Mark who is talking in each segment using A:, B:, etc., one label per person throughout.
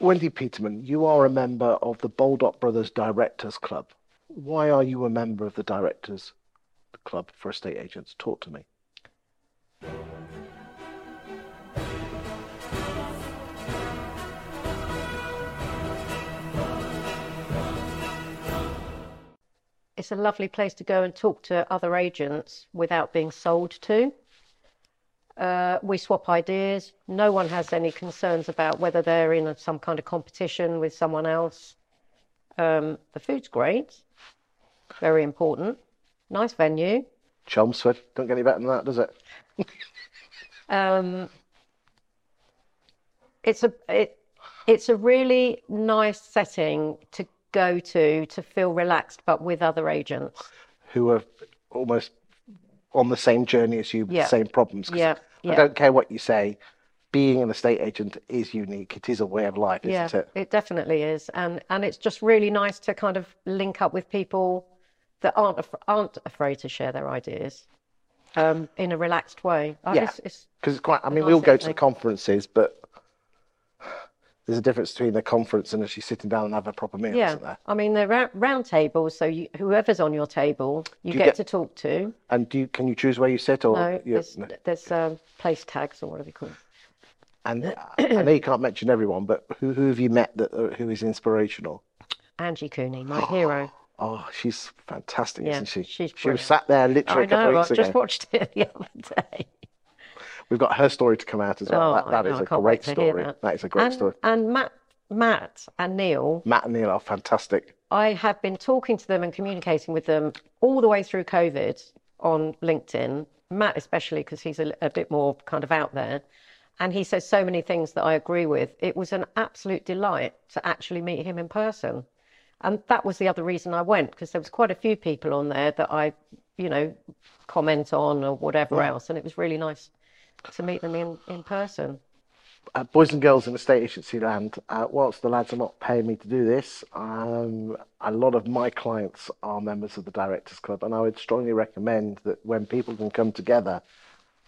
A: Wendy Peterman, you are a member of the Baldock Brothers Directors Club. Why are you a member of the Directors Club for Estate Agents? Talk to me.
B: It's a lovely place to go and talk to other agents without being sold to. Uh, we swap ideas. No one has any concerns about whether they're in some kind of competition with someone else. Um, the food's great, very important. Nice venue.
A: Chelmsford, don't get any better than that, does it?
B: Um, it's a it, it's a really nice setting to go to to feel relaxed, but with other agents.
A: Who are almost on the same journey as you, with
B: Yeah.
A: the same problems. 'Cause
B: Yeah,
A: I
B: yeah,
A: don't care what you say. Being an estate agent is unique. It is a way of life,
B: yeah.
A: isn't it?
B: It definitely is, and and it's just really nice to kind of link up with people that aren't af- aren't afraid to share their ideas um, in a relaxed way. Uh,
A: Yeah.
B: It's, it's,
A: Because it's quite, I mean,
B: nice
A: we all go to the
B: setting.
A: conferences, but there's a difference between a conference and actually sitting down and having a proper meal,
B: yeah.
A: isn't there?
B: I mean, they're round, round tables, so you, whoever's on your table, you,
A: Do you
B: get,
A: get-
B: to talk to.
A: And do you, can you choose where you sit or
B: No,
A: you-
B: there's,
A: no.
B: there's um, place tags or whatever you call it.
A: and I know you can't mention everyone, but who who have you met that uh, who is inspirational?
B: Angie Cooney, my hero.
A: Oh, she's fantastic,
B: Yeah,
A: isn't she?
B: she's
A: she was
B: brilliant.
A: sat there literally
B: I
A: a couple
B: know, I
A: of weeks
B: just
A: ago.
B: watched it the other day.
A: We've got her story to come out as well.
B: Oh,
A: That,
B: I
A: that is
B: know, I
A: a
B: can't
A: great
B: wait to hear
A: story.
B: that.
A: That is a great
B: and,
A: story.
B: and Matt, Matt and Neil,
A: Matt and Neil are fantastic.
B: I have been talking to them and communicating with them all the way through COVID on LinkedIn. Matt, especially, because he's a, a bit more kind of out there. And he says so many things that I agree with. It was an absolute delight to actually meet him in person. And that was the other reason I went, because there was quite a few people on there that I, you know, comment on or whatever else. And it was really nice to meet them in, in person.
A: uh, boys and girls in estate agency land, uh, whilst the lads are not paying me to do this, um, a lot of my clients are members of the Directors Club, and I would strongly recommend that when people can come together,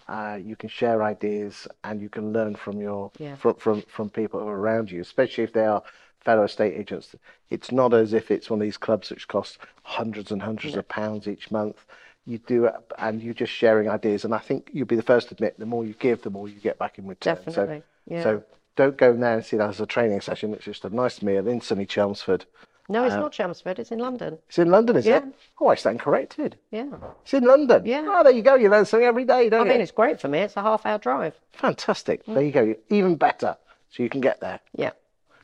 A: uh, you can share ideas and you can learn from your
B: Yeah.
A: from, from from people who are around you, especially if they are fellow estate agents. It's not as if it's one of these clubs which costs hundreds and hundreds of pounds each month. You do it, and you're just sharing ideas, and I think you'll be the first to admit the more you give, the more you get back in return. So-
B: Definitely. Yeah.
A: so don't go in there and see that as a training session. It's just a nice meal in sunny Chelmsford.
B: No, it's not Chelmsford, it's in London.
A: It's in London, is it?
B: Yeah.
A: Oh, I stand corrected.
B: Yeah.
A: It's in London.
B: Yeah.
A: Oh, there you go. You learn something every day,
B: I
A: don't
B: mean,
A: you?
B: it's great for me. It's a half hour drive.
A: Fantastic.
B: Mm.
A: There you go. Even better. So you can get there.
B: Yeah,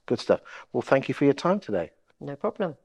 A: Good stuff. Well, thank you for your time today.
B: no problem.